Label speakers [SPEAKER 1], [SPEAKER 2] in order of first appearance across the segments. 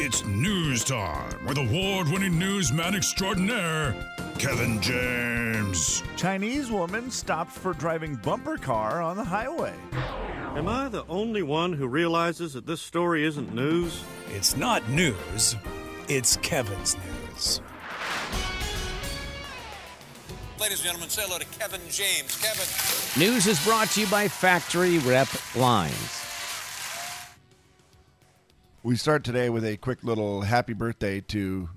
[SPEAKER 1] It's news time with award winning newsman extraordinaire, Kevin James.
[SPEAKER 2] Chinese woman stopped for driving bumper car on the highway.
[SPEAKER 3] Am I the only one who realizes that this story isn't news?
[SPEAKER 4] It's not news, it's Kevin's news.
[SPEAKER 5] Ladies and gentlemen, say hello to Kevin James. Kevin.
[SPEAKER 6] News is brought to you by Factory Rep Lines.
[SPEAKER 2] We start today with a quick little happy birthday to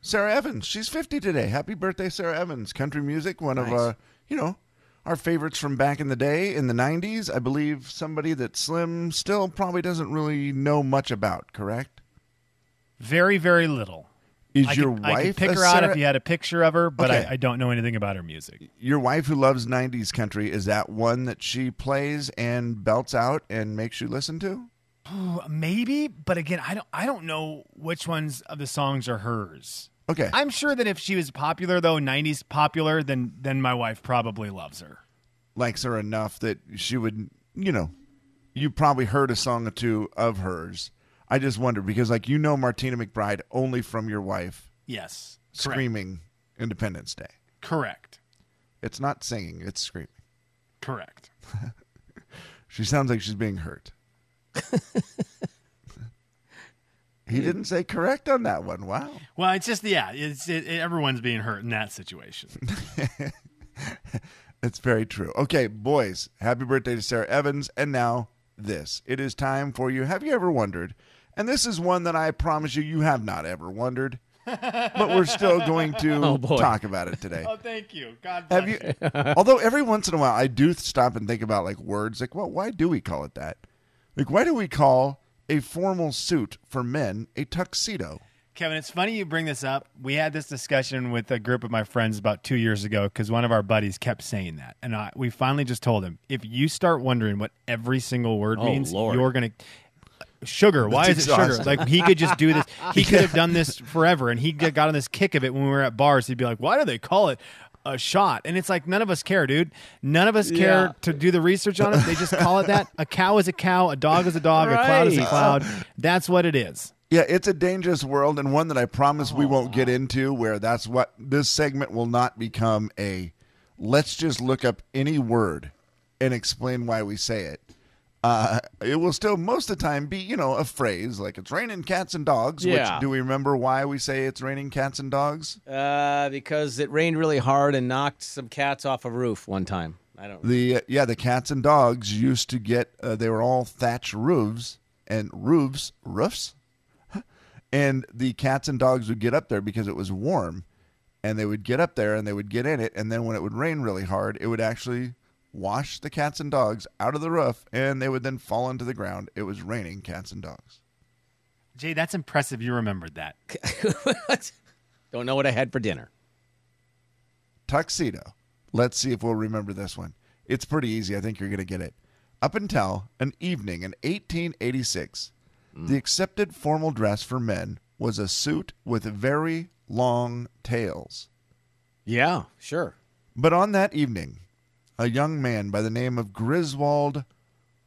[SPEAKER 2] Sarah Evans. She's 50 today. Happy birthday, Sarah Evans. Country music, one of, uh, you know, our favorites from back in the day in the 90s. I believe somebody that Slim still probably doesn't really know much about, correct?
[SPEAKER 7] Very, very little.
[SPEAKER 2] Is
[SPEAKER 7] I
[SPEAKER 2] your
[SPEAKER 7] could,
[SPEAKER 2] wife
[SPEAKER 7] I could pick
[SPEAKER 2] a
[SPEAKER 7] her out
[SPEAKER 2] Sarah-
[SPEAKER 7] if you had a picture of her, but
[SPEAKER 2] Okay.
[SPEAKER 7] I, I don't know anything about her music.
[SPEAKER 2] your wife who loves 90s country is that one that she plays and belts out and makes you listen to?
[SPEAKER 7] Ooh, Maybe, but again, I don't. I don't know which ones of the songs are hers.
[SPEAKER 2] Okay.
[SPEAKER 7] I'm sure that if she was popular though, '90s popular, then then my wife probably loves her.
[SPEAKER 2] likes her enough that she would, you know, you probably heard a song or two of hers. I just wonder because, like, you know, Martina McBride only from your wife
[SPEAKER 7] Yes, correct.
[SPEAKER 2] screaming Independence Day.
[SPEAKER 7] Correct,
[SPEAKER 2] It's not singing, it's screaming.
[SPEAKER 7] correct.
[SPEAKER 2] She sounds like she's being hurt. he didn't say correct on that one. Wow.
[SPEAKER 7] Well, it's just yeah, it's it, it- everyone's being hurt in that situation.
[SPEAKER 2] That's very true. Okay, boys, happy birthday to Sarah Evans. And now this. It is time for you. Have you ever wondered? And this is one that I promise you, you have not ever wondered, but we're still going to
[SPEAKER 6] boy.
[SPEAKER 2] talk about it today.
[SPEAKER 7] oh, thank you. God
[SPEAKER 2] Have
[SPEAKER 7] bless
[SPEAKER 2] you? Although every once in a while, I do stop and think about like words, like, well, why do we call it that? Like, why do we call a formal suit for men a tuxedo?
[SPEAKER 7] Kevin, it's funny you bring this up. We had this discussion with a group of my friends about two years ago because one of our buddies kept saying that, and I, we finally just told him if you start wondering what every single word
[SPEAKER 6] Oh,
[SPEAKER 7] means,
[SPEAKER 6] Lord.
[SPEAKER 7] you're gonna sugar. Why
[SPEAKER 2] That's
[SPEAKER 7] is it sugar?
[SPEAKER 2] exhausting.
[SPEAKER 7] Like he could just do this. He could have done this forever, and he got on this kick of it when we were at bars. He'd be like, "Why do they call it?" A shot, and it's like none of us care, dude. None of us care
[SPEAKER 6] Yeah.
[SPEAKER 7] to do the research on it. They just call it that. A cow is a cow, a dog is a dog, a cloud is a
[SPEAKER 6] Right.
[SPEAKER 7] cloud. That's what it is.
[SPEAKER 2] Yeah, it's a dangerous world and one that I promise we won't get into where that's what this segment will not become a let's just look up any word and explain why we say it. Uh, it will still most of the time be, you know, a phrase like it's raining cats and dogs,
[SPEAKER 6] Yeah.
[SPEAKER 2] which do we remember why we say it's raining cats and dogs?
[SPEAKER 6] Uh, because it rained really hard and knocked some cats off a roof one time. I don't
[SPEAKER 2] The uh, yeah, the cats and dogs used to get uh, they were all thatch roofs and roofs, roofs. and the cats and dogs would get up there because it was warm and they would get up there and they would get in it and then when it would rain really hard it would actually wash the cats and dogs out of the roof and they would then fall into the ground it was raining cats and dogs
[SPEAKER 7] Jay, that's impressive. You remembered that.
[SPEAKER 6] don't know what I had for dinner.
[SPEAKER 2] tuxedo let's see if we'll remember this one it's pretty easy i think you're going to get it up until an evening in 1886 the accepted formal dress for men was a suit with very long tails
[SPEAKER 6] Yeah, sure.
[SPEAKER 2] But on that evening, a young man by the name of Griswold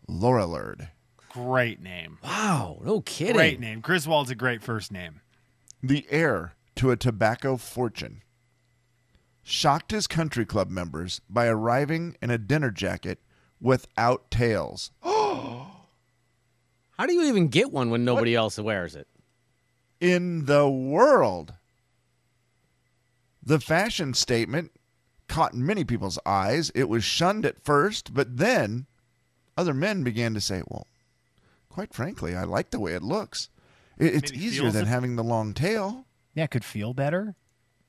[SPEAKER 2] Lorillard,
[SPEAKER 7] Great name.
[SPEAKER 6] Wow, no kidding.
[SPEAKER 7] Great name. Griswold's a great first name.
[SPEAKER 2] the heir to a tobacco fortune, shocked his country club members by arriving in a dinner jacket without tails.
[SPEAKER 6] How do you even get one when nobody else wears it?
[SPEAKER 2] In the world, the fashion statement caught many people's eyes. It was shunned at first, but then other men began to say, well, quite frankly, I like the way it looks. It, it's
[SPEAKER 7] Maybe
[SPEAKER 2] easier
[SPEAKER 7] feels
[SPEAKER 2] than
[SPEAKER 7] it.
[SPEAKER 2] having the long tail.
[SPEAKER 7] Yeah, could feel better.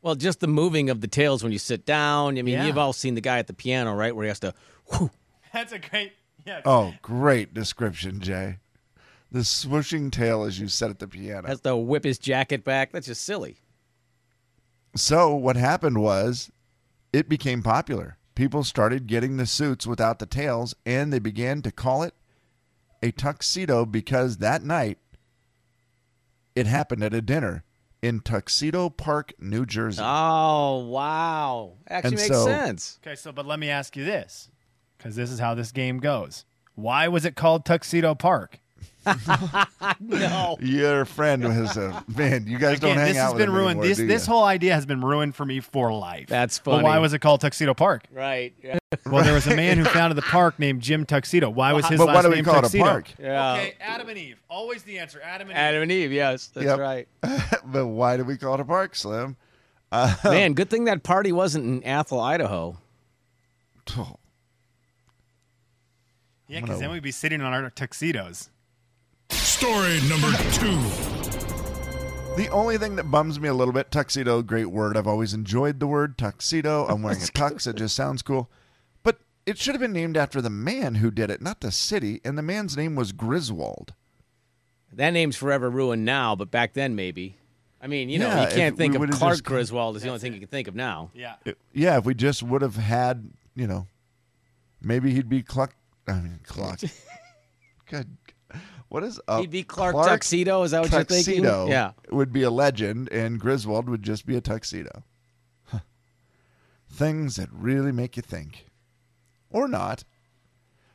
[SPEAKER 6] Well, just the moving of the tails when you sit down. I mean,
[SPEAKER 7] Yeah.
[SPEAKER 6] you've all seen the guy at the piano, right? Where he has to. Whew,
[SPEAKER 7] That's a great. Yeah.
[SPEAKER 2] Oh, great description, Jay. The swooshing tail as you said at the piano.
[SPEAKER 6] has to whip his jacket back. That's just silly.
[SPEAKER 2] So what happened was it became popular. People started getting the suits without the tails and they began to call it a tuxedo because that night it happened at a dinner in Tuxedo Park, New Jersey.
[SPEAKER 6] Oh wow, actually
[SPEAKER 2] And
[SPEAKER 6] makes
[SPEAKER 2] so-
[SPEAKER 6] sense.
[SPEAKER 7] Okay, so but let me ask you this, because this is how this game goes. Why was it called Tuxedo Park?
[SPEAKER 6] No.
[SPEAKER 2] Your friend was a man. You guys don't
[SPEAKER 7] Again,
[SPEAKER 2] hang
[SPEAKER 7] this
[SPEAKER 2] out
[SPEAKER 7] has
[SPEAKER 2] with
[SPEAKER 7] been
[SPEAKER 2] him
[SPEAKER 7] ruined.
[SPEAKER 2] anymore,
[SPEAKER 7] this
[SPEAKER 2] do
[SPEAKER 7] this
[SPEAKER 2] you?
[SPEAKER 7] whole idea has been ruined for me for life.
[SPEAKER 6] That's
[SPEAKER 7] But why
[SPEAKER 6] funny.
[SPEAKER 7] was it called Tuxedo Park?
[SPEAKER 6] Right. Yeah.
[SPEAKER 7] Well, there was a man who founded the park named Jim Tuxedo. Why was his
[SPEAKER 2] But
[SPEAKER 7] last
[SPEAKER 2] why do we
[SPEAKER 7] name
[SPEAKER 2] call
[SPEAKER 7] Tuxedo?
[SPEAKER 2] it a park?
[SPEAKER 7] Okay, Adam and Eve. Always the answer. Adam and
[SPEAKER 6] Adam and Eve. Yes, that's
[SPEAKER 2] Yep.
[SPEAKER 6] right.
[SPEAKER 2] but why do we call it a park, Slim?
[SPEAKER 6] Man, good thing that party wasn't in Athol, Idaho.
[SPEAKER 2] Oh,
[SPEAKER 7] Eve. Yeah, because then we'd be sitting on our tuxedos.
[SPEAKER 1] Story number two.
[SPEAKER 2] The only thing that bums me a little bit, tuxedo, great word. I've always enjoyed the word tuxedo. I'm wearing a tux. It just sounds cool. But it should have been named after the man who did it, not the city. And the man's name was Griswold.
[SPEAKER 6] That name's forever ruined now, but back then maybe. I mean, you know,
[SPEAKER 2] Yeah,
[SPEAKER 6] you can't
[SPEAKER 2] if
[SPEAKER 6] think
[SPEAKER 2] we
[SPEAKER 6] of
[SPEAKER 2] would've
[SPEAKER 6] Clark
[SPEAKER 2] just-
[SPEAKER 6] Griswold is the only thing you can think of now.
[SPEAKER 7] Yeah.
[SPEAKER 2] It- yeah, if we just would have had, you know, maybe he'd be Cluck. I mean, Cluck. Good. What is up?
[SPEAKER 6] He'd be Clark, Tuxedo. Is that what you're
[SPEAKER 2] tuxedo
[SPEAKER 6] thinking? Yeah.
[SPEAKER 2] would be a legend, and Griswold would just be a tuxedo. Huh. Things that really make you think, or not.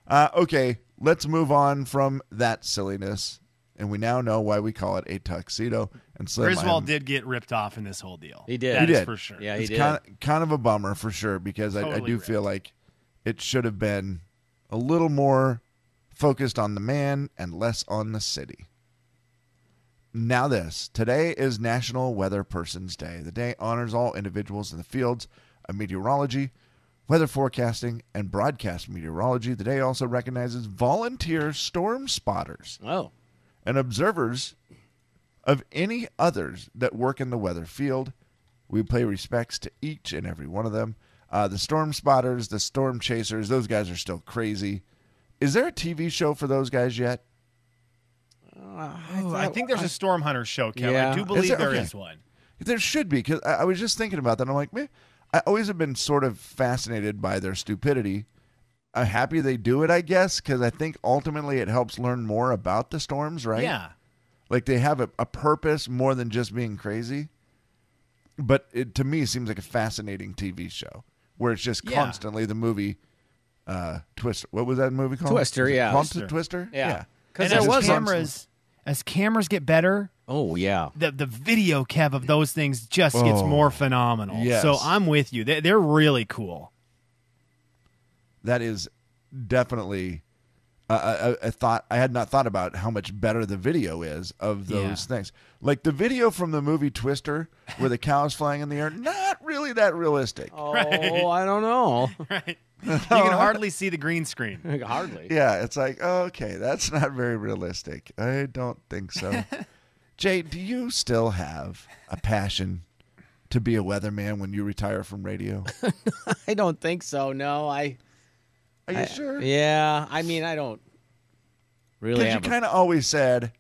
[SPEAKER 2] Uh, okay, let's move on from that silliness, and we now know why we call it a tuxedo. And Slim,
[SPEAKER 7] Griswold
[SPEAKER 2] I'm-
[SPEAKER 7] did get ripped off in this whole deal.
[SPEAKER 6] He did.
[SPEAKER 7] That
[SPEAKER 2] He
[SPEAKER 7] is
[SPEAKER 2] did.
[SPEAKER 7] for sure.
[SPEAKER 6] Yeah, he
[SPEAKER 2] It's
[SPEAKER 6] did.
[SPEAKER 2] kind of, kind of a bummer for sure because I, I
[SPEAKER 7] Totally
[SPEAKER 2] do
[SPEAKER 7] ripped.
[SPEAKER 2] feel like it should have been a little more focused on the man and less on the city. Now, this today is National Weather Person's Day. The day honors all individuals in the fields of meteorology, weather forecasting, and broadcast meteorology. The day also recognizes volunteer storm spotters
[SPEAKER 6] Oh,
[SPEAKER 2] and observers of any others that work in the weather field. We pay respects to each and every one of them. Uh, the storm spotters, the storm chasers, those guys are still crazy. Is there a TV show for those guys yet?
[SPEAKER 7] I think there's a storm hunter show, Kevin. I
[SPEAKER 6] Yeah.
[SPEAKER 7] do
[SPEAKER 6] Is
[SPEAKER 7] believe
[SPEAKER 2] Oh, there?
[SPEAKER 7] there
[SPEAKER 2] Okay.
[SPEAKER 7] is one.
[SPEAKER 2] There should be, because I, I was just thinking about that. I'm like, man, I always have been sort of fascinated by their stupidity. I'm happy they do it, I guess, because I think ultimately it helps learn more about the storms, right?
[SPEAKER 7] Yeah.
[SPEAKER 2] like they have a, a purpose more than just being crazy but it to me seems like a fascinating tv show where it's just
[SPEAKER 7] Yeah.
[SPEAKER 2] constantly the movie uh twister what was that movie called
[SPEAKER 6] Twister,
[SPEAKER 2] Was it
[SPEAKER 6] yeah.
[SPEAKER 2] called
[SPEAKER 6] Twister.
[SPEAKER 2] twister
[SPEAKER 6] Yeah. 'Cause
[SPEAKER 7] And
[SPEAKER 6] there
[SPEAKER 7] as
[SPEAKER 6] was a-
[SPEAKER 7] cameras, as cameras get better,
[SPEAKER 6] oh yeah.
[SPEAKER 7] the the video Kev of those things just gets
[SPEAKER 2] Oh,
[SPEAKER 7] more phenomenal.
[SPEAKER 2] yes.
[SPEAKER 7] So I'm with you. They, they're really cool.
[SPEAKER 2] that is definitely a, a, a thought I had not thought about how much better the video is of those
[SPEAKER 7] Yeah.
[SPEAKER 2] things. Like the video from the movie Twister, where the cow's flying in the air, not really that realistic.
[SPEAKER 6] Oh, I don't know.
[SPEAKER 7] You can hardly see the green screen.
[SPEAKER 6] Hardly.
[SPEAKER 2] Yeah, it's like, oh, okay, that's not very realistic. I don't think so. Jay, do you still have a passion to be a weatherman when you retire from radio?
[SPEAKER 6] I don't think so. No, I.
[SPEAKER 2] Are you sure?
[SPEAKER 6] Yeah, I mean, I don't really
[SPEAKER 2] Because you
[SPEAKER 6] have. a-
[SPEAKER 2] kind of always said,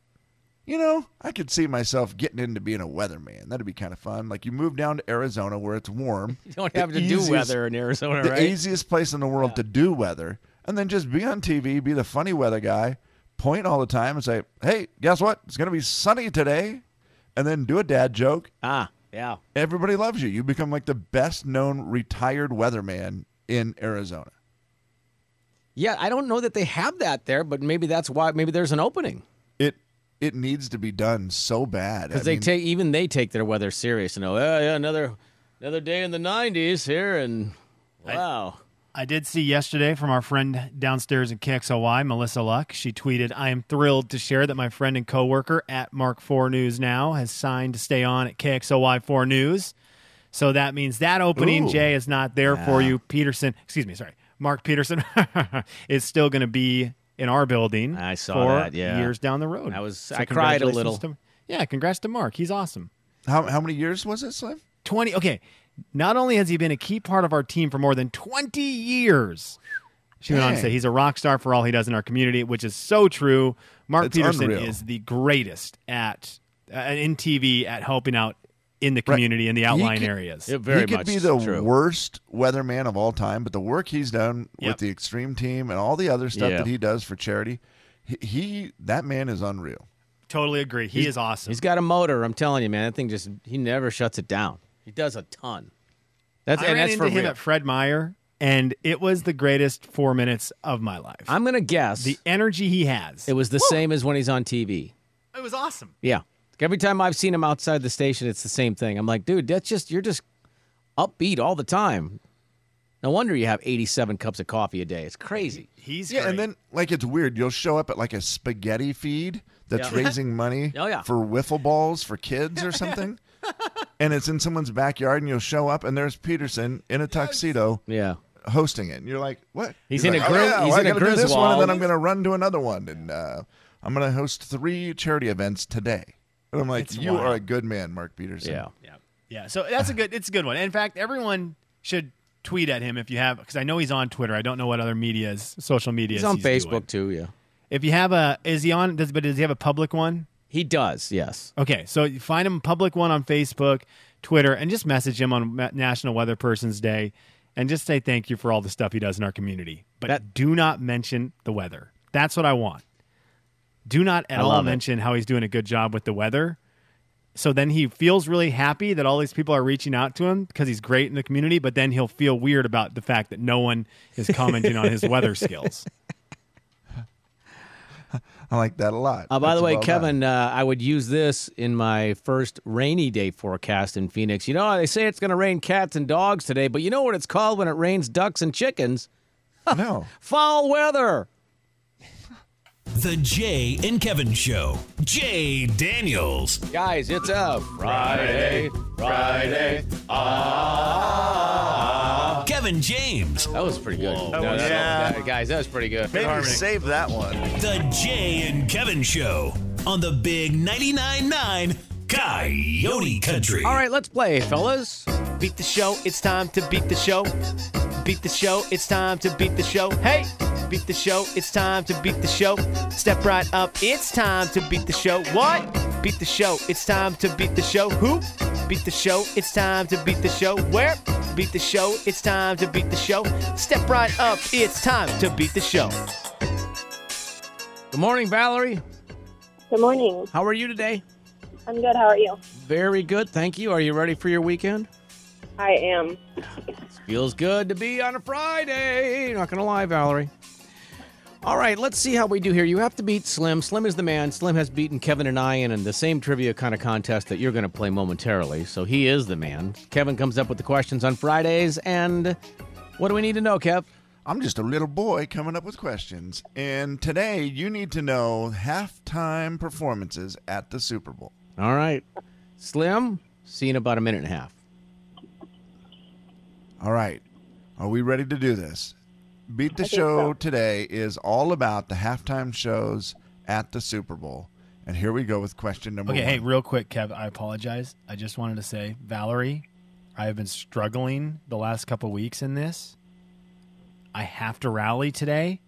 [SPEAKER 2] you know, I could see myself getting into being a weatherman. That'd be kind of fun. Like you move down to Arizona where it's warm.
[SPEAKER 6] you don't
[SPEAKER 2] the
[SPEAKER 6] have to
[SPEAKER 2] easiest-
[SPEAKER 6] do weather in Arizona,
[SPEAKER 2] the
[SPEAKER 6] right?
[SPEAKER 2] easiest place in the world to do weather, and then just be on TV, be the funny weather guy, point all the time and say, "Hey, guess what? It's going to be sunny today," and then do a dad joke.
[SPEAKER 6] ah, yeah.
[SPEAKER 2] Everybody loves you. You become like the best known retired weatherman in Arizona.
[SPEAKER 6] Yeah, I don't know that they have that there, but maybe that's why. Maybe there's an opening
[SPEAKER 2] It it needs to be done so bad
[SPEAKER 6] because
[SPEAKER 2] I
[SPEAKER 6] they
[SPEAKER 2] mean,
[SPEAKER 6] take even they take their weather serious and know, oh, yeah, another another day in the 90s here, and wow,
[SPEAKER 7] I did see yesterday from our friend downstairs in KXOY, Melissa Luck. She tweeted, I am thrilled to share that my friend and coworker at Mark 4 News now has signed to stay on at KXOY 4 News. So that means that opening,
[SPEAKER 2] Ooh.
[SPEAKER 7] Jay, is not there for you. Peterson, excuse me, sorry. Mark Peterson is still going to be in our building
[SPEAKER 6] I saw
[SPEAKER 7] for
[SPEAKER 6] that, yeah.
[SPEAKER 7] years down the road.
[SPEAKER 6] I was- I cried a
[SPEAKER 7] congratulations
[SPEAKER 6] little.
[SPEAKER 7] to- yeah, congrats to Mark. He's awesome.
[SPEAKER 2] how how many years was it, Slim?
[SPEAKER 7] 20 okay not only has he been a key part of our team for more than 20 years she went on to
[SPEAKER 2] Dang.
[SPEAKER 7] say he's a rock star for all he does in our community which is so true mark
[SPEAKER 2] That's
[SPEAKER 7] peterson
[SPEAKER 2] unreal.
[SPEAKER 7] is the greatest at uh, in tv at helping out in the community in the outlying
[SPEAKER 2] could-
[SPEAKER 7] areas
[SPEAKER 6] it very
[SPEAKER 2] he could
[SPEAKER 6] much
[SPEAKER 2] be the
[SPEAKER 6] true.
[SPEAKER 2] worst weatherman of all time, but the work he's done with
[SPEAKER 7] Yep.
[SPEAKER 2] the Extreme Team and all the other stuff
[SPEAKER 6] Yeah.
[SPEAKER 2] that he does for charity, he, he that man is unreal.
[SPEAKER 7] totally agree he is awesome
[SPEAKER 6] He's got a motor. I'm telling you, man. That thing just he never shuts it down. He does a ton. That's
[SPEAKER 7] i
[SPEAKER 6] and
[SPEAKER 7] ran
[SPEAKER 6] that's
[SPEAKER 7] into
[SPEAKER 6] for
[SPEAKER 7] him
[SPEAKER 6] real.
[SPEAKER 7] at fred meyer and it was the greatest four minutes of my life.
[SPEAKER 6] I'm gonna guess
[SPEAKER 7] the energy he has.
[SPEAKER 6] it was the same as when he's on TV.
[SPEAKER 7] it was awesome.
[SPEAKER 6] Yeah. Every time I've seen him outside the station, it's the same thing. I'm like, dude, that's just you're just upbeat all the time. No wonder you have 87 cups of coffee a day. It's crazy.
[SPEAKER 7] He's
[SPEAKER 2] Yeah,
[SPEAKER 7] great.
[SPEAKER 2] and then like it's weird. You'll show up at like a spaghetti feed that's
[SPEAKER 6] Yeah.
[SPEAKER 2] raising money
[SPEAKER 6] Oh, yeah.
[SPEAKER 2] for wiffle balls for kids or something. and it's in someone's backyard and you'll show up and there's Peterson in a tuxedo
[SPEAKER 6] Yeah.
[SPEAKER 2] hosting it. And you're like, "What?"
[SPEAKER 6] He's in
[SPEAKER 2] like, "Oh,
[SPEAKER 6] a gri-
[SPEAKER 2] yeah,
[SPEAKER 6] he's
[SPEAKER 2] well,
[SPEAKER 6] in
[SPEAKER 2] I
[SPEAKER 6] a
[SPEAKER 2] gotta do this one and then
[SPEAKER 6] Griswold."
[SPEAKER 2] I'm going to run to another one and uh, I'm going to host 3 charity events today. And I'm like, "You
[SPEAKER 7] wild.
[SPEAKER 2] are a good man, Mark Peterson."
[SPEAKER 6] Yeah.
[SPEAKER 7] Yeah. Yeah. So that's a good it's a good one. In fact, everyone should tweet at him if you have because I know he's on Twitter. I don't know what other media's social media
[SPEAKER 6] He's
[SPEAKER 7] is
[SPEAKER 6] on
[SPEAKER 7] doing.
[SPEAKER 6] Facebook too, yeah.
[SPEAKER 7] If you have a is he on does but does he have a public one?
[SPEAKER 6] He does, yes.
[SPEAKER 7] Okay, so you find him a public one on Facebook, Twitter, and just message him on Ma- National Weather Person's Day, and just say thank you for all the stuff he does in our community. But
[SPEAKER 6] That-
[SPEAKER 7] do not mention the weather. That's what I want. Do not at
[SPEAKER 6] I
[SPEAKER 7] all
[SPEAKER 6] love it.
[SPEAKER 7] mention how he's doing a good job with the weather. So then he feels really happy that all these people are reaching out to him because he's great in the community. But then he'll feel weird about the fact that no one is commenting on his weather skills.
[SPEAKER 2] I like that a lot.
[SPEAKER 6] Uh, by
[SPEAKER 2] That's
[SPEAKER 6] the way,
[SPEAKER 2] well done.
[SPEAKER 6] Kevin, uh, I would use this in my first rainy day forecast in Phoenix. You know, they say it's going to rain cats and dogs today, but you know what it's called when it rains ducks and chickens?
[SPEAKER 2] No.
[SPEAKER 6] Foul weather.
[SPEAKER 4] The Jay and Kevin Show. Jay Daniels.
[SPEAKER 6] Guys, it's a Friday.
[SPEAKER 4] Kevin James.
[SPEAKER 6] That was pretty good. No, that- that- guys, that was pretty good.
[SPEAKER 2] Maybe save that one.
[SPEAKER 4] The Jay and Kevin Show on the Big 99.9 9 Coyote Country.
[SPEAKER 6] All right, let's play, fellas.
[SPEAKER 8] Beat the show, it's time to beat the show. Beat the show, it's time to beat the show. Hey! Beat the show, it's time to beat the show. Step right up, it's time to beat the show. What? Beat the show, it's time to beat the show. Who? Beat the show, it's time to beat the show. Where? Beat the show, it's time to beat the show. Step right up, it's time to beat the show.
[SPEAKER 6] Good morning, Valerie.
[SPEAKER 9] Good morning.
[SPEAKER 6] How are you today?
[SPEAKER 9] I'm good. How are you?
[SPEAKER 6] Very good, thank you. Are you ready for your weekend?
[SPEAKER 9] I am.
[SPEAKER 6] Feels good to be on a Friday. Not going to lie, Valerie. All right, let's see how we do here. You have to beat Slim. Slim is the man. Slim has beaten Kevin and I in, in the same trivia kind of contest that you're going to play momentarily. So he is the man. Kevin comes up with the questions on Fridays. And what do we need to know, Kev?
[SPEAKER 2] I'm just a little boy coming up with questions. And today you need to know halftime performances at the Super Bowl.
[SPEAKER 6] All right. Slim, see you in about a minute and a half.
[SPEAKER 2] All right. Are we ready to do this? Beat the Show today is all about the halftime shows at the Super Bowl. And here we go with question number
[SPEAKER 7] Okay,
[SPEAKER 2] one.
[SPEAKER 7] hey, real quick, Kev, I apologize. I just wanted to say, Valerie, I have been struggling the last couple weeks in this. I have to rally today.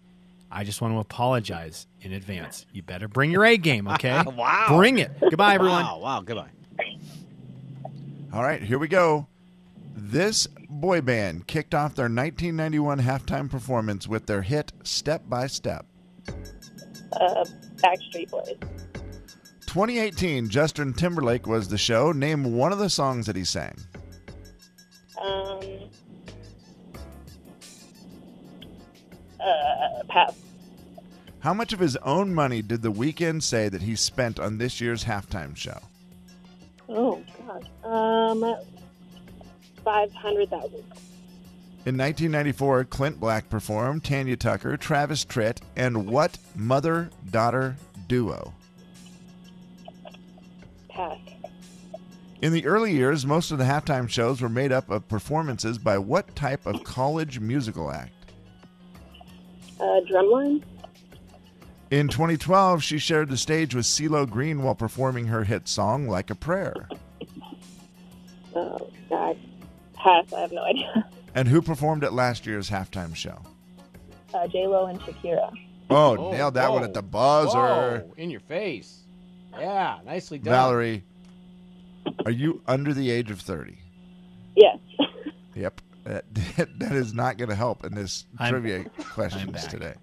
[SPEAKER 7] I just want to apologize in advance. You better bring your A game, okay? wow. Bring it. Goodbye, everyone.
[SPEAKER 6] Wow, wow, goodbye.
[SPEAKER 2] All right, here we go. This boy band kicked off their 1991 halftime performance with their hit Step by Step.
[SPEAKER 9] Uh, Backstreet Boys.
[SPEAKER 2] 2018, Justin Timberlake was the show. Name one of the songs that he sang.
[SPEAKER 9] Um, uh, pass.
[SPEAKER 2] How much of his own money did The Weeknd say that he spent on this year's halftime show?
[SPEAKER 9] Oh, God. Um, 500,000.
[SPEAKER 2] In 1994, Clint Black performed, Tanya Tucker, Travis Tritt, and what mother daughter duo?
[SPEAKER 9] Pass.
[SPEAKER 2] In the early years, most of the halftime shows were made up of performances by what type of college musical act?
[SPEAKER 9] Uh, drumline?
[SPEAKER 2] In 2012, she shared the stage with CeeLo Green while performing her hit song, Like a Prayer.
[SPEAKER 9] Oh, God. Pass. I have no idea.
[SPEAKER 2] And who performed at last year's halftime show?
[SPEAKER 9] Uh, J-Lo and Shakira.
[SPEAKER 2] Oh,
[SPEAKER 6] Oh,
[SPEAKER 2] nailed that one
[SPEAKER 6] whoa.
[SPEAKER 2] at the
[SPEAKER 7] Oh.
[SPEAKER 2] buzzer.
[SPEAKER 6] Whoa, in your face. Yeah, nicely done.
[SPEAKER 2] Valerie, are you under the age of 30?
[SPEAKER 9] Yes.
[SPEAKER 2] Yep. That, that is not going to help in this
[SPEAKER 7] I'm-
[SPEAKER 2] trivia
[SPEAKER 7] I'm
[SPEAKER 2] questions
[SPEAKER 7] back.
[SPEAKER 2] today.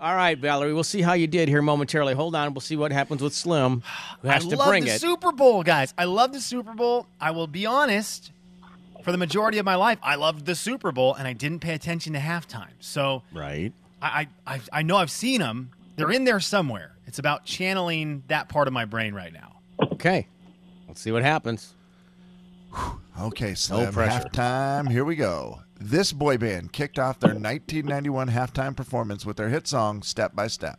[SPEAKER 6] All right, Valerie, we'll see how you did here momentarily. Hold on, we'll see what happens with Slim. Who has
[SPEAKER 7] I
[SPEAKER 6] to
[SPEAKER 7] love
[SPEAKER 6] bring
[SPEAKER 7] the
[SPEAKER 6] it?
[SPEAKER 7] Super Bowl, guys. I love the Super Bowl. I will be honest. for the majority of my life, I loved the Super Bowl and I didn't pay attention to halftime. So
[SPEAKER 10] Right.
[SPEAKER 7] I, I, I've- I know I've seen them. They're in there somewhere. It's about channeling that part of my brain right now.
[SPEAKER 6] Okay. Let's see what happens.
[SPEAKER 2] Okay, Slim.
[SPEAKER 6] pressure.
[SPEAKER 2] Halftime. Here we go. This boy band kicked off their 1991 halftime performance with their hit song "Step by Step."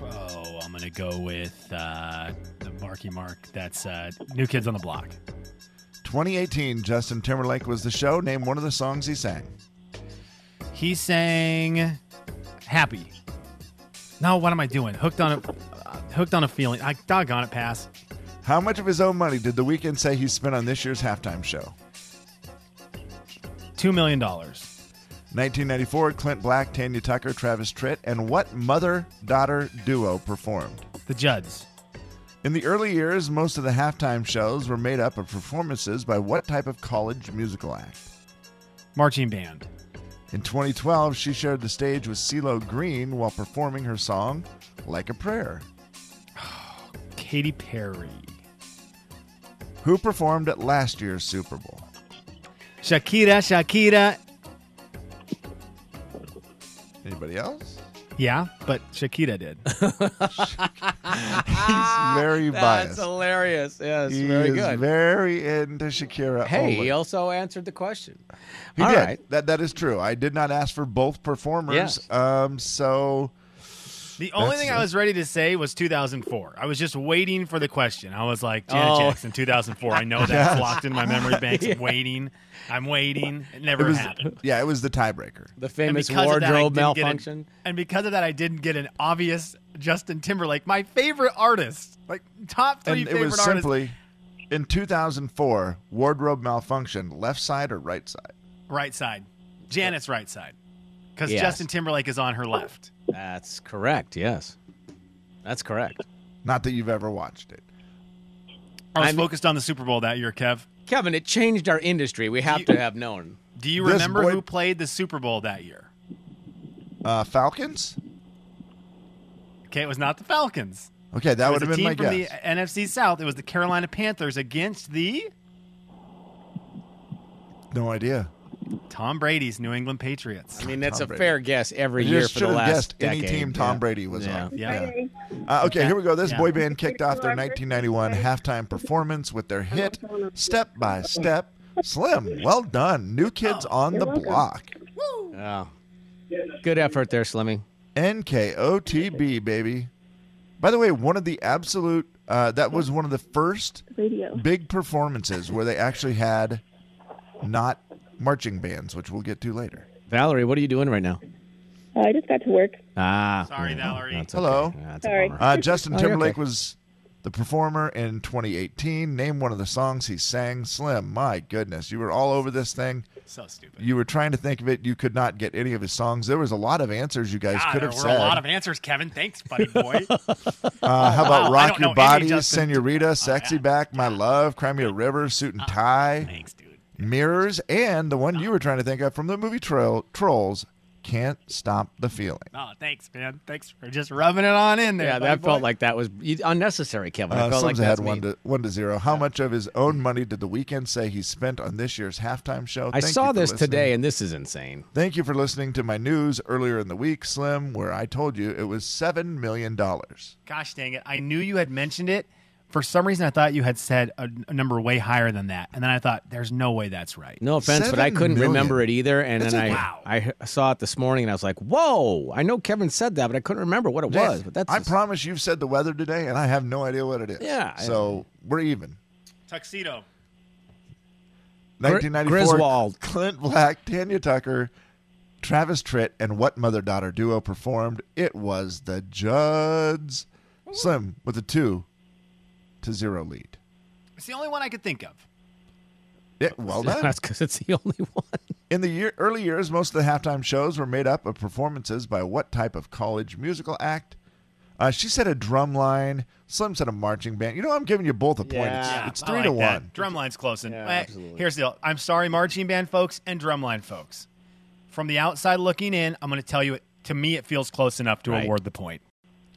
[SPEAKER 7] Oh, I'm going to go with uh, the Marky Mark. That's uh, New Kids on the Block.
[SPEAKER 2] 2018, Justin Timberlake was the show. Name one of the songs he sang.
[SPEAKER 7] He sang Happy. No, what am I doing? Hooked on a, uh, hooked on a feeling. I doggone it, pass.
[SPEAKER 2] How much of his own money did The Weeknd say he spent on this year's halftime show?
[SPEAKER 7] $2 million.
[SPEAKER 2] 1994, Clint Black, Tanya Tucker, Travis Tritt, and what mother-daughter duo performed?
[SPEAKER 7] The Judds.
[SPEAKER 2] In the early years, most of the halftime shows were made up of performances by what type of college musical act?
[SPEAKER 7] Marching Band.
[SPEAKER 2] In 2012, she shared the stage with CeeLo Green while performing her song Like a Prayer.
[SPEAKER 7] Katy Perry.
[SPEAKER 2] Who performed at last year's Super Bowl?
[SPEAKER 7] Shakira, Shakira.
[SPEAKER 2] Anybody else?
[SPEAKER 7] Yeah, but Shakira did.
[SPEAKER 2] He's very biased.
[SPEAKER 6] Ah, That's hilarious. Yes,
[SPEAKER 2] He
[SPEAKER 6] very
[SPEAKER 2] is
[SPEAKER 6] good.
[SPEAKER 2] very into Shakira.
[SPEAKER 6] hey,
[SPEAKER 2] only.
[SPEAKER 6] he also answered the question.
[SPEAKER 2] He
[SPEAKER 6] All
[SPEAKER 2] did.
[SPEAKER 6] right.
[SPEAKER 2] That that is true. I did not ask for both performers.
[SPEAKER 6] Yes.
[SPEAKER 2] Um. So
[SPEAKER 7] The only
[SPEAKER 2] That's
[SPEAKER 7] thing
[SPEAKER 2] it.
[SPEAKER 7] I was ready to say was 2004. I was just waiting for the question. I was like, Janet
[SPEAKER 6] Oh.
[SPEAKER 7] Jackson, 2004. I know that's locked in my memory banks. I'm waiting. I'm waiting. It never
[SPEAKER 2] it was.
[SPEAKER 7] happened.
[SPEAKER 2] Yeah, it was the tiebreaker.
[SPEAKER 6] The
[SPEAKER 7] And
[SPEAKER 6] famous
[SPEAKER 7] because of that, I
[SPEAKER 6] wardrobe
[SPEAKER 7] didn't get an-
[SPEAKER 6] malfunction.
[SPEAKER 7] and because of that, I didn't get an obvious Justin Timberlake, my favorite artist, like top three
[SPEAKER 2] And it
[SPEAKER 7] favorite
[SPEAKER 2] was
[SPEAKER 7] artists.
[SPEAKER 2] simply in 2004 wardrobe malfunction, left side or right side.
[SPEAKER 7] right side. Janet's right side. Because
[SPEAKER 6] Yes.
[SPEAKER 7] Justin Timberlake is on her left.
[SPEAKER 6] That's correct. Yes. That's correct.
[SPEAKER 2] Not that you've ever watched it.
[SPEAKER 7] I was
[SPEAKER 6] I'm-
[SPEAKER 7] focused on the Super Bowl that year, Kev.
[SPEAKER 6] Kevin, it changed our industry. We have
[SPEAKER 7] You-
[SPEAKER 6] to have known.
[SPEAKER 7] Do you
[SPEAKER 2] This
[SPEAKER 7] remember
[SPEAKER 2] boy-
[SPEAKER 7] who played the Super Bowl that year?
[SPEAKER 2] Uh, Falcons.
[SPEAKER 7] Okay, it was not the Falcons.
[SPEAKER 2] Okay, that
[SPEAKER 7] It
[SPEAKER 2] would have
[SPEAKER 7] was a
[SPEAKER 2] been
[SPEAKER 7] team
[SPEAKER 2] my
[SPEAKER 7] from
[SPEAKER 2] guess.
[SPEAKER 7] the NFC South. It was the Carolina Panthers against the
[SPEAKER 2] No idea.
[SPEAKER 7] Tom Brady's New England Patriots.
[SPEAKER 6] I mean, that's
[SPEAKER 2] Tom
[SPEAKER 6] a
[SPEAKER 2] Brady.
[SPEAKER 6] fair guess every
[SPEAKER 2] You
[SPEAKER 6] year
[SPEAKER 2] just
[SPEAKER 6] for the
[SPEAKER 2] should have
[SPEAKER 6] last
[SPEAKER 2] guessed any
[SPEAKER 6] decade.
[SPEAKER 2] team Tom
[SPEAKER 6] Yeah.
[SPEAKER 2] Brady was
[SPEAKER 6] Yeah.
[SPEAKER 2] on.
[SPEAKER 7] Yeah.
[SPEAKER 9] Friday.
[SPEAKER 2] Uh, okay, here we go. This
[SPEAKER 7] Yeah.
[SPEAKER 2] boy band kicked off their 1991 halftime performance with their hit "Step by Step." Slim, well done. New Kids on the Block.
[SPEAKER 6] Oh. Good effort there, Slimmy.
[SPEAKER 2] NKOTB, baby. By the way, one of the absolute uh, that was one of the first
[SPEAKER 9] Radio.
[SPEAKER 2] big performances where they actually had not marching bands, which we'll get to later.
[SPEAKER 6] Valerie, what are you doing right now?
[SPEAKER 9] Uh, I just got to work.
[SPEAKER 6] Ah.
[SPEAKER 7] Sorry, Valerie.
[SPEAKER 6] that's
[SPEAKER 2] Hello.
[SPEAKER 6] Yeah, that's
[SPEAKER 9] Sorry.
[SPEAKER 6] A bummer.
[SPEAKER 2] Uh, Justin
[SPEAKER 6] Oh, you're
[SPEAKER 2] Timberlake
[SPEAKER 6] okay.
[SPEAKER 2] was the performer in 2018. Name one of the songs he sang. Slim, my goodness, you were all over this thing.
[SPEAKER 7] so stupid.
[SPEAKER 2] You were trying to think of it. You could not get any of his songs. There was a lot of answers you guys
[SPEAKER 7] Ah,
[SPEAKER 2] could
[SPEAKER 7] there
[SPEAKER 2] have
[SPEAKER 7] were
[SPEAKER 2] said.
[SPEAKER 7] a lot of answers, Kevin. Thanks, buddy boy.
[SPEAKER 2] Uh, how about
[SPEAKER 7] wow. I
[SPEAKER 2] Rock
[SPEAKER 7] don't know
[SPEAKER 2] Your
[SPEAKER 7] any
[SPEAKER 2] Body,
[SPEAKER 7] Justin- Oh,
[SPEAKER 2] Senorita, Sexy
[SPEAKER 7] yeah. Ah,
[SPEAKER 2] Back, My Love, Cry Me a River, Suit and Tie,
[SPEAKER 7] Thanks, dude.
[SPEAKER 2] Mirrors, and the one you were trying to think of from the movie Tro- Trolls, Can't Stop the Feeling.
[SPEAKER 7] Oh, thanks, man. Thanks for just rubbing it on in there.
[SPEAKER 6] Yeah,
[SPEAKER 7] buddy
[SPEAKER 6] that felt
[SPEAKER 7] boy.
[SPEAKER 6] like that was you- unnecessary, Kevin. I
[SPEAKER 2] Uh,
[SPEAKER 6] felt like
[SPEAKER 2] Slim's
[SPEAKER 6] that's
[SPEAKER 2] ahead one
[SPEAKER 6] mean.
[SPEAKER 2] to, one to zero. How much of his own money did The Weeknd say he spent on this year's halftime show?
[SPEAKER 6] I
[SPEAKER 2] Thank you
[SPEAKER 6] saw
[SPEAKER 2] for
[SPEAKER 6] this
[SPEAKER 2] listening.
[SPEAKER 6] today, and this is insane.
[SPEAKER 2] Thank you for listening to my news earlier in the week, Slim, where I told you it was $7 million.
[SPEAKER 7] Gosh dang it. I knew you had mentioned it. For some reason, I thought you had said a, a number way higher than that. And then I thought, there's no way that's right.
[SPEAKER 6] No offense, but I
[SPEAKER 2] Seven
[SPEAKER 6] couldn't
[SPEAKER 2] million.
[SPEAKER 6] remember it either. And
[SPEAKER 2] That's
[SPEAKER 6] then I
[SPEAKER 2] a-
[SPEAKER 7] wow.
[SPEAKER 6] I saw it this morning, and I was like, "Whoa!" I know Kevin said that, but I couldn't remember what it was. But that's
[SPEAKER 2] I
[SPEAKER 6] just-
[SPEAKER 2] promise you've said the weather today, and I have no idea what it is.
[SPEAKER 6] Yeah, I-
[SPEAKER 2] So we're even.
[SPEAKER 7] Tuxedo.
[SPEAKER 2] 1994.
[SPEAKER 6] Griswold.
[SPEAKER 2] Clint Black, Tanya Tucker, Travis Tritt, and what mother daughter duo performed? It was the Judds. Slim with a two to zero lead.
[SPEAKER 7] It's the only one I could think of.
[SPEAKER 2] Yeah, well done.
[SPEAKER 6] that's because it's the only one.
[SPEAKER 2] In the year, early years, most of the halftime shows were made up of performances by what type of college musical act? Uh, she said a drum line. Slim said a marching band. You know, I'm giving you both a point.
[SPEAKER 6] Yeah,
[SPEAKER 2] it's, it's
[SPEAKER 7] I
[SPEAKER 2] three
[SPEAKER 7] like
[SPEAKER 2] to
[SPEAKER 7] that.
[SPEAKER 2] one.
[SPEAKER 7] Drumline's closing.
[SPEAKER 6] Yeah,
[SPEAKER 7] Hey,
[SPEAKER 6] absolutely.
[SPEAKER 7] Here's the deal. I'm sorry, marching band folks and drumline folks. From the outside looking in, I'm going to tell you, it, to me, it feels close enough to
[SPEAKER 6] Right.
[SPEAKER 7] award the point.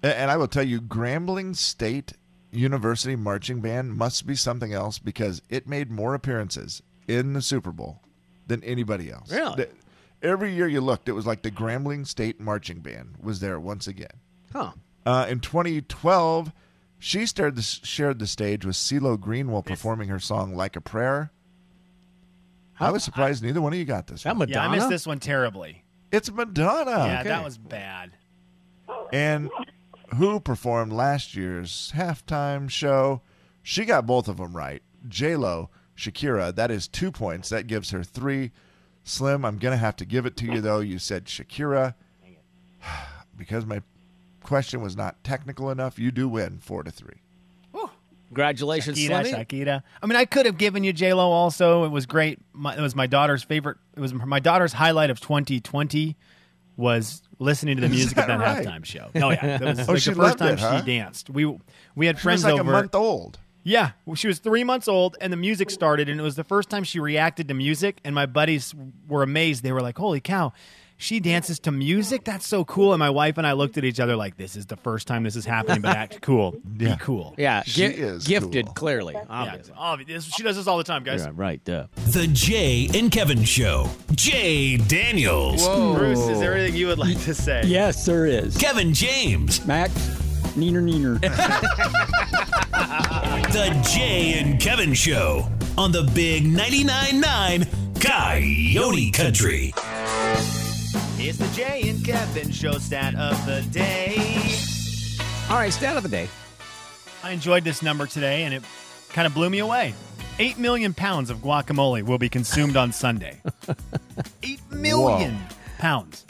[SPEAKER 2] A- And I will tell you, Grambling State University Marching Band must be something else because it made more appearances in the Super Bowl than anybody else.
[SPEAKER 6] Really?
[SPEAKER 2] The- every year you looked, it was like the Grambling State Marching Band was there once again.
[SPEAKER 6] Huh.
[SPEAKER 2] Uh, in 2012, she shared the, shared the stage with CeeLo Green while performing her song "Like a Prayer." I was surprised neither one of you got this.
[SPEAKER 6] That
[SPEAKER 2] one.
[SPEAKER 6] Madonna.
[SPEAKER 7] Yeah, I missed this one terribly.
[SPEAKER 2] It's Madonna.
[SPEAKER 7] Yeah,
[SPEAKER 6] Okay.
[SPEAKER 7] that was bad.
[SPEAKER 2] and who performed last year's halftime show. She got both of them right. J Lo, Shakira. That is two points. That gives her three. Slim, I'm gonna have to give it to you though. You said Shakira because my question was not technical enough. You do win four to three.
[SPEAKER 6] Congratulations,
[SPEAKER 7] Shakira,
[SPEAKER 6] Slimmy.
[SPEAKER 7] Shakira. I mean, I could have given you J Lo. Also, it was great. My, it was my daughter's favorite. It was my daughter's highlight of 2020 was listening to the
[SPEAKER 2] Is
[SPEAKER 7] music
[SPEAKER 2] that
[SPEAKER 7] at that
[SPEAKER 2] right?
[SPEAKER 7] halftime show. Oh yeah, that was like
[SPEAKER 2] she
[SPEAKER 7] the
[SPEAKER 2] loved
[SPEAKER 7] first time
[SPEAKER 2] it, huh?
[SPEAKER 7] she danced. We we
[SPEAKER 2] She
[SPEAKER 7] had
[SPEAKER 2] was
[SPEAKER 7] friends
[SPEAKER 2] like
[SPEAKER 7] over.
[SPEAKER 2] a month old.
[SPEAKER 7] Yeah, well, she was three months old, and the music started, and it was the first time she reacted to music. And my buddies were amazed. They were like, "Holy cow, she dances to music! That's so cool!" And my wife and I looked at each other like, "This is the first time this is happening, but act cool,
[SPEAKER 2] Yeah.
[SPEAKER 7] be cool."
[SPEAKER 6] Yeah,
[SPEAKER 2] She
[SPEAKER 6] gi-
[SPEAKER 2] is
[SPEAKER 6] gifted
[SPEAKER 2] cool.
[SPEAKER 6] clearly,
[SPEAKER 7] Yeah,
[SPEAKER 6] obviously.
[SPEAKER 7] obvious. She does this all the time, guys.
[SPEAKER 6] Yeah, right. Duh.
[SPEAKER 4] The Jay and Kevin Show. Jay Daniels.
[SPEAKER 7] Bruce, is there anything you would like to say?
[SPEAKER 10] Yes, there is.
[SPEAKER 4] Kevin James.
[SPEAKER 10] Max, neener, neener.
[SPEAKER 4] The Jay and Kevin Show on the Big 99.9 Coyote Country.
[SPEAKER 7] It's the Jay and Kevin show stat of the day.
[SPEAKER 6] All right, stat of the day.
[SPEAKER 7] I enjoyed this number today, and it kind of blew me away. Eight million pounds of guacamole will be consumed on Sunday. Eight million pounds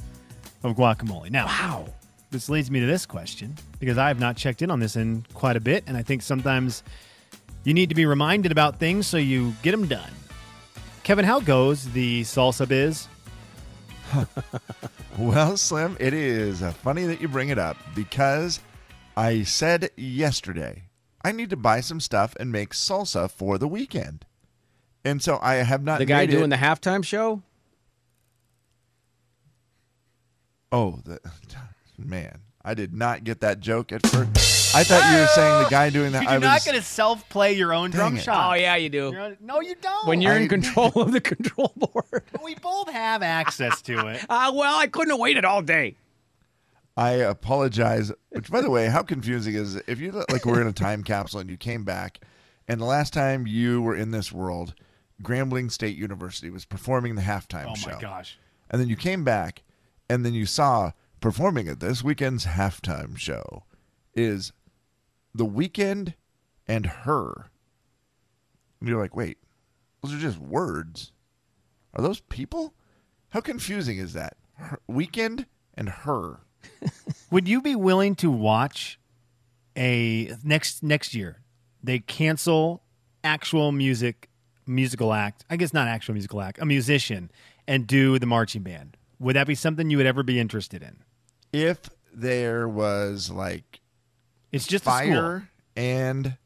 [SPEAKER 7] of guacamole. Now, wow. This leads me to this question because I have not checked in on this in quite a bit, and I think sometimes you need to be reminded about things so you get them done. Kevin, how goes the salsa biz?
[SPEAKER 2] Well, Slim, it is uh, funny that you bring it up because I said yesterday I need to buy some stuff and make salsa for the weekend, and so I have not.
[SPEAKER 6] The guy
[SPEAKER 2] made
[SPEAKER 6] doing
[SPEAKER 2] Uh, it.
[SPEAKER 6] the halftime show.
[SPEAKER 2] oh the man, I did not get that joke at first. I thought you were saying the guy doing that.
[SPEAKER 7] You're
[SPEAKER 2] I
[SPEAKER 7] not
[SPEAKER 2] was
[SPEAKER 7] going to self play your own drum
[SPEAKER 2] it. Oh,
[SPEAKER 7] shot.
[SPEAKER 6] you do.
[SPEAKER 7] You're- no, you don't.
[SPEAKER 6] When you're in
[SPEAKER 2] I-
[SPEAKER 6] control of the control board.
[SPEAKER 7] we both have access to it.
[SPEAKER 6] Ah, well, I couldn't have waited all day.
[SPEAKER 2] I apologize. Which, by the way, how confusing is it? if you look like we're in a time capsule and you came back, and the last time you were in this world, Grambling State University was performing the halftime
[SPEAKER 7] Oh
[SPEAKER 2] show.
[SPEAKER 7] my gosh.
[SPEAKER 2] and then you came back and then you saw performing at this weekend's halftime show is the weekend and her and you're like wait those are just words are those people how confusing is that her, weekend and her
[SPEAKER 7] Would you be willing to watch a next next year? They cancel actual music musical act. I guess not actual musical act, a musician and do the marching band. Would that be something you would ever be interested in?
[SPEAKER 2] if there was like
[SPEAKER 7] It's just a school.
[SPEAKER 2] fire and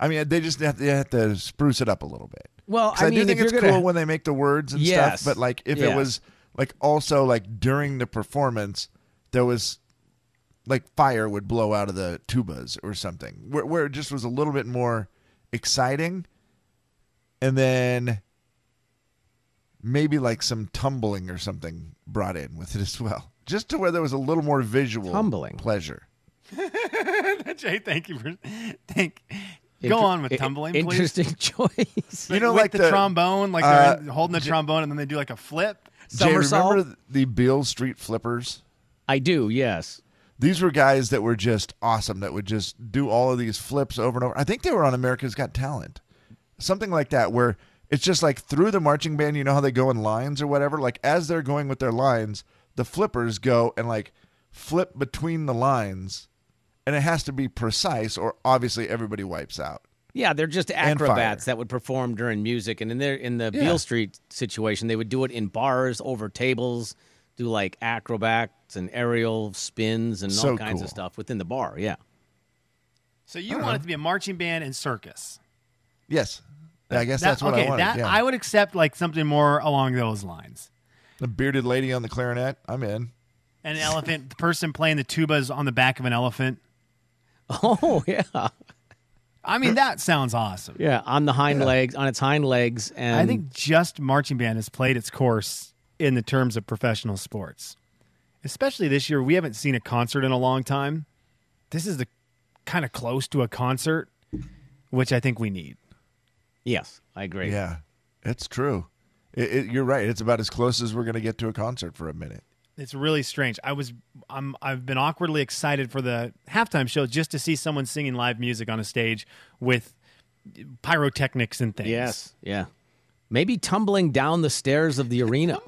[SPEAKER 2] i mean they just have, they have to spruce it up a little bit
[SPEAKER 6] Well,
[SPEAKER 2] 'Cause
[SPEAKER 6] I,
[SPEAKER 2] I,
[SPEAKER 6] mean,
[SPEAKER 2] do think
[SPEAKER 6] if
[SPEAKER 2] it's
[SPEAKER 6] you're
[SPEAKER 2] cool
[SPEAKER 6] gonna,
[SPEAKER 2] when they make the words and
[SPEAKER 6] Yes.
[SPEAKER 2] stuff, but like if
[SPEAKER 6] Yeah.
[SPEAKER 2] it was like also like during the performance, there was like fire would blow out of the tubas or something, where, where it just was a little bit more exciting, and then maybe like some tumbling or something brought in with it as well, just to where there was a little more visual
[SPEAKER 6] Tumbling.
[SPEAKER 2] pleasure.
[SPEAKER 7] Jay, thank you for thank. Go
[SPEAKER 6] Inter-
[SPEAKER 7] on with
[SPEAKER 6] i-
[SPEAKER 7] tumbling, please.
[SPEAKER 6] Interesting choice.
[SPEAKER 2] You know,
[SPEAKER 7] with
[SPEAKER 2] like
[SPEAKER 7] the,
[SPEAKER 2] the-
[SPEAKER 7] trombone, like
[SPEAKER 2] uh,
[SPEAKER 7] they're in- holding the trombone, and then they do like a flip.
[SPEAKER 2] Jay, remember
[SPEAKER 6] Somersault?
[SPEAKER 2] th- the Beale Street Flippers?
[SPEAKER 6] I do. Yes.
[SPEAKER 2] these were guys that were just awesome that would just do all of these flips over and over. I think they were on America's Got Talent, something like that, where it's just like through the marching band, you know how they go in lines or whatever? Like as they're going with their lines, the flippers go and like flip between the lines, and it has to be precise, or obviously everybody wipes out.
[SPEAKER 6] Yeah, they're just
[SPEAKER 2] And fire.
[SPEAKER 6] acrobats that would perform during music, and in their in the
[SPEAKER 2] Yeah.
[SPEAKER 6] Beale Street situation, they would do it in bars over tables, do like acrobats and aerial spins and all
[SPEAKER 2] So
[SPEAKER 6] kinds
[SPEAKER 2] cool.
[SPEAKER 6] of stuff within the bar. Yeah,
[SPEAKER 7] So you
[SPEAKER 2] Uh-huh.
[SPEAKER 7] want it to be a marching band and circus?
[SPEAKER 2] Yes. I guess that's
[SPEAKER 7] That-
[SPEAKER 2] what
[SPEAKER 7] okay,
[SPEAKER 2] I wanted.
[SPEAKER 7] That,
[SPEAKER 2] yeah.
[SPEAKER 7] I would accept like something more along those lines.
[SPEAKER 2] the bearded lady on the clarinet. I'm in.
[SPEAKER 7] An elephant, the person playing the tuba is on the back of an elephant.
[SPEAKER 6] Oh yeah.
[SPEAKER 7] I mean, that sounds awesome.
[SPEAKER 6] Yeah, on the hind legs, on its hind legs, and
[SPEAKER 7] I think just marching band has played its course in the terms of professional sports. Especially this year, we haven't seen a concert in a long time. This is the kind of close to a concert, which I think we need.
[SPEAKER 6] Yes, I agree.
[SPEAKER 2] Yeah, it's true. It, it, you're right. It's about as close as we're going to get to a concert for a minute.
[SPEAKER 7] It's really strange. I was I'm I've been awkwardly excited for the halftime show just to see someone singing live music on a stage with pyrotechnics and things.
[SPEAKER 6] Yes. Yeah. Maybe tumbling down the stairs of the arena.